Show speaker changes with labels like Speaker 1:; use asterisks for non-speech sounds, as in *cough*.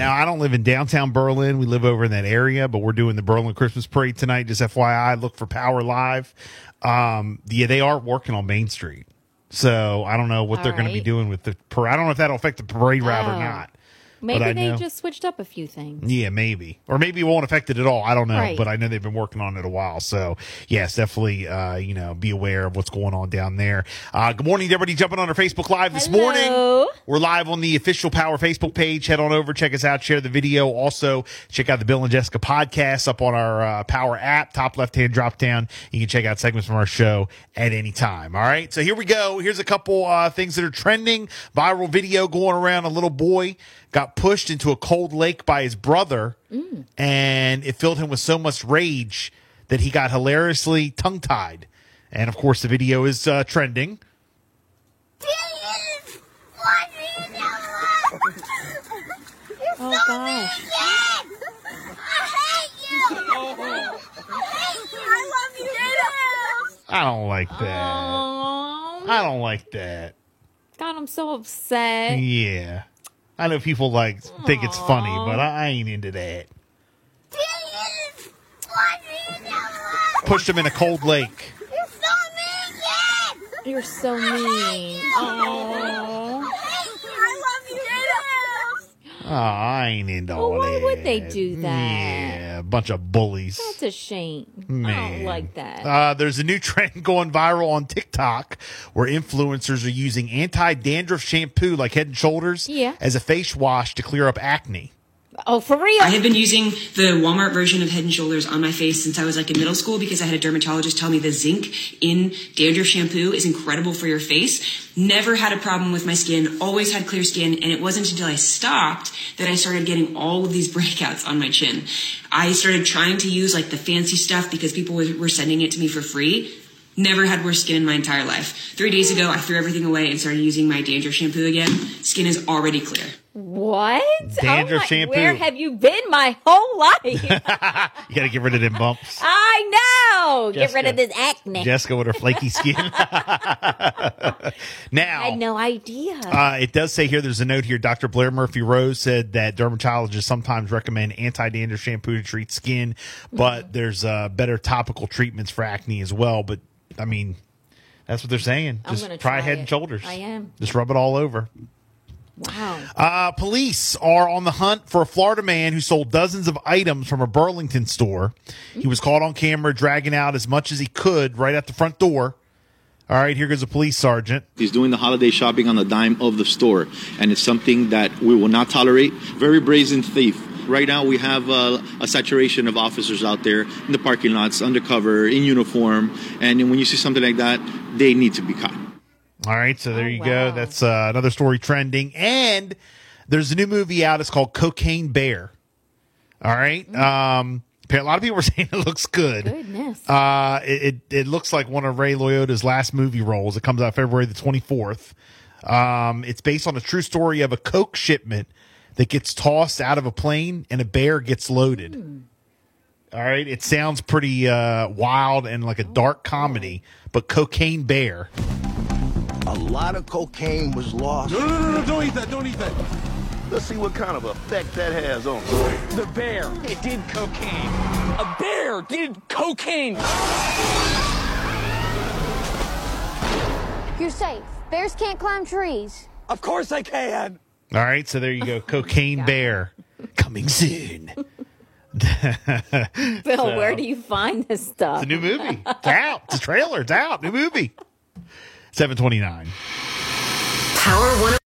Speaker 1: Now, I don't live in downtown Berlin. We live over in that area, but we're doing the Berlin Christmas Parade tonight. Just FYI, look for Power Live. Um, yeah, they are working on Main Street. So I don't know what
Speaker 2: All
Speaker 1: they're going to be
Speaker 2: right.
Speaker 1: doing with the parade. I don't know if that'll affect the parade route or
Speaker 2: Oh.
Speaker 1: not.
Speaker 2: Maybe
Speaker 1: I
Speaker 2: they
Speaker 1: know-
Speaker 2: just switched up a few things.
Speaker 1: Yeah, maybe. Or maybe it won't affect it at all. I don't know.
Speaker 2: Right.
Speaker 1: But I know they've been working on it a while. So, yes, definitely, uh, you know, be aware of what's going on down there. Uh, good morning to everybody jumping on our Facebook Live this
Speaker 2: Hello.
Speaker 1: morning. We're live on the official Power Facebook page. Head on over, check us out, share the video. Also, check out the Bill and Jessica podcast up on our uh, Power app, top left hand drop down. You can check out segments from our show at any time. All right. So, here we go. Here's a couple uh, things that are trending viral video going around. A little boy got pushed into a cold lake by his brother, and it filled him with so much rage that he got hilariously tongue tied. And of course, the video is uh, trending.
Speaker 2: Oh gosh.
Speaker 1: I don't like that.
Speaker 2: Oh,
Speaker 1: I don't like that.
Speaker 2: God, I'm so upset.
Speaker 1: Yeah. I know people like think it's funny,
Speaker 2: Aw.
Speaker 1: but I I ain't into that. Pushed him in a cold lake.
Speaker 2: You're so mean. Oh.
Speaker 1: Oh, I ain't into all
Speaker 2: Well, why
Speaker 1: that.
Speaker 2: would they do that?
Speaker 1: Yeah, a bunch of bullies.
Speaker 2: That's a shame. I
Speaker 1: Man.
Speaker 2: don't like that.
Speaker 1: Uh, there's a new *laughs* trend going viral on TikTok where influencers are using anti-dandruff shampoo like Head and Shoulders
Speaker 2: Yeah.
Speaker 1: as a face wash to clear up acne.
Speaker 2: oh, for real?
Speaker 3: I have been using the Walmart version of Head and Shoulders on my face since I was like in middle school because I had a dermatologist tell me the zinc in dandruff shampoo is incredible for your face. Never had a problem with my skin, always had clear skin, and it wasn't until I stopped that I started getting all of these *laughs* breakouts on my chin. I started trying to use like the fancy stuff because people were were sending it to me for free. Never had worse skin in my entire life. Three days ago, I threw everything away and started using my dandruff shampoo again. Skin is already clear.
Speaker 2: what?
Speaker 1: Dandruff
Speaker 2: oh my,
Speaker 1: shampoo.
Speaker 2: Where have you been my whole *laughs* life?
Speaker 1: You got to get rid of them
Speaker 2: *laughs*
Speaker 1: bumps.
Speaker 2: I know. Get rid
Speaker 1: Jessica.
Speaker 2: of this acne.
Speaker 1: Jessica with her flaky skin. *laughs* now,
Speaker 2: I had no idea.
Speaker 1: Uh, it does say here. There's a note here. Dr. Blair Murphy Rose said that dermatologists sometimes recommend anti-dandruff shampoo to treat skin,
Speaker 2: Mm-hmm.
Speaker 1: but there's uh, better topical treatments for acne as well. But I mean, that's what they're saying.
Speaker 2: I'm
Speaker 1: Just
Speaker 2: gonna
Speaker 1: try,
Speaker 2: try
Speaker 1: Head
Speaker 2: it.
Speaker 1: and Shoulders.
Speaker 2: I am.
Speaker 1: Just rub it all over.
Speaker 2: wow.
Speaker 1: Uh, police are on the hunt for a Florida man who sold dozens of items from a Burlington store. He was caught on camera dragging out as much as he could right at the front door. All right, here goes a police sergeant.
Speaker 4: He's doing the holiday shopping on the dime of the store, and it's something that we will not tolerate. Very brazen thief. Right now, we have a, a saturation of officers out there in the parking lots, undercover, in uniform, and when you see something like that, they need to be caught.
Speaker 1: All right, so there
Speaker 2: Oh,
Speaker 1: you go.
Speaker 2: wow.
Speaker 1: That's uh, another story trending. And there's a new movie out. It's called Cocaine Bear. All right.
Speaker 2: Mm.
Speaker 1: Um, a lot of people are *laughs* saying it looks good.
Speaker 2: Goodness.
Speaker 1: Uh, it, it it looks like one of Ray Liotta's last movie roles. It comes out February the 24th. Um, it's based on a true story of a coke shipment that gets tossed out of a plane and a bear gets loaded.
Speaker 2: Hmm.
Speaker 1: All right, it sounds pretty uh, wild and like a
Speaker 2: Oh,
Speaker 1: dark comedy, but Cocaine Bear.
Speaker 5: A lot of cocaine was lost.
Speaker 6: No, no, no, no, don't eat that, don't eat that.
Speaker 5: Let's see what kind of effect that has on
Speaker 7: The bear, it did cocaine. A bear did cocaine.
Speaker 8: You're safe. Bears can't climb trees.
Speaker 7: Of course I can.
Speaker 1: All right, so there you *laughs* go. Cocaine Bear coming soon.
Speaker 2: Bill, where do you find this stuff?
Speaker 1: The new movie. It's out. It's a trailer. It's out. New movie. 729.
Speaker 9: Power 101.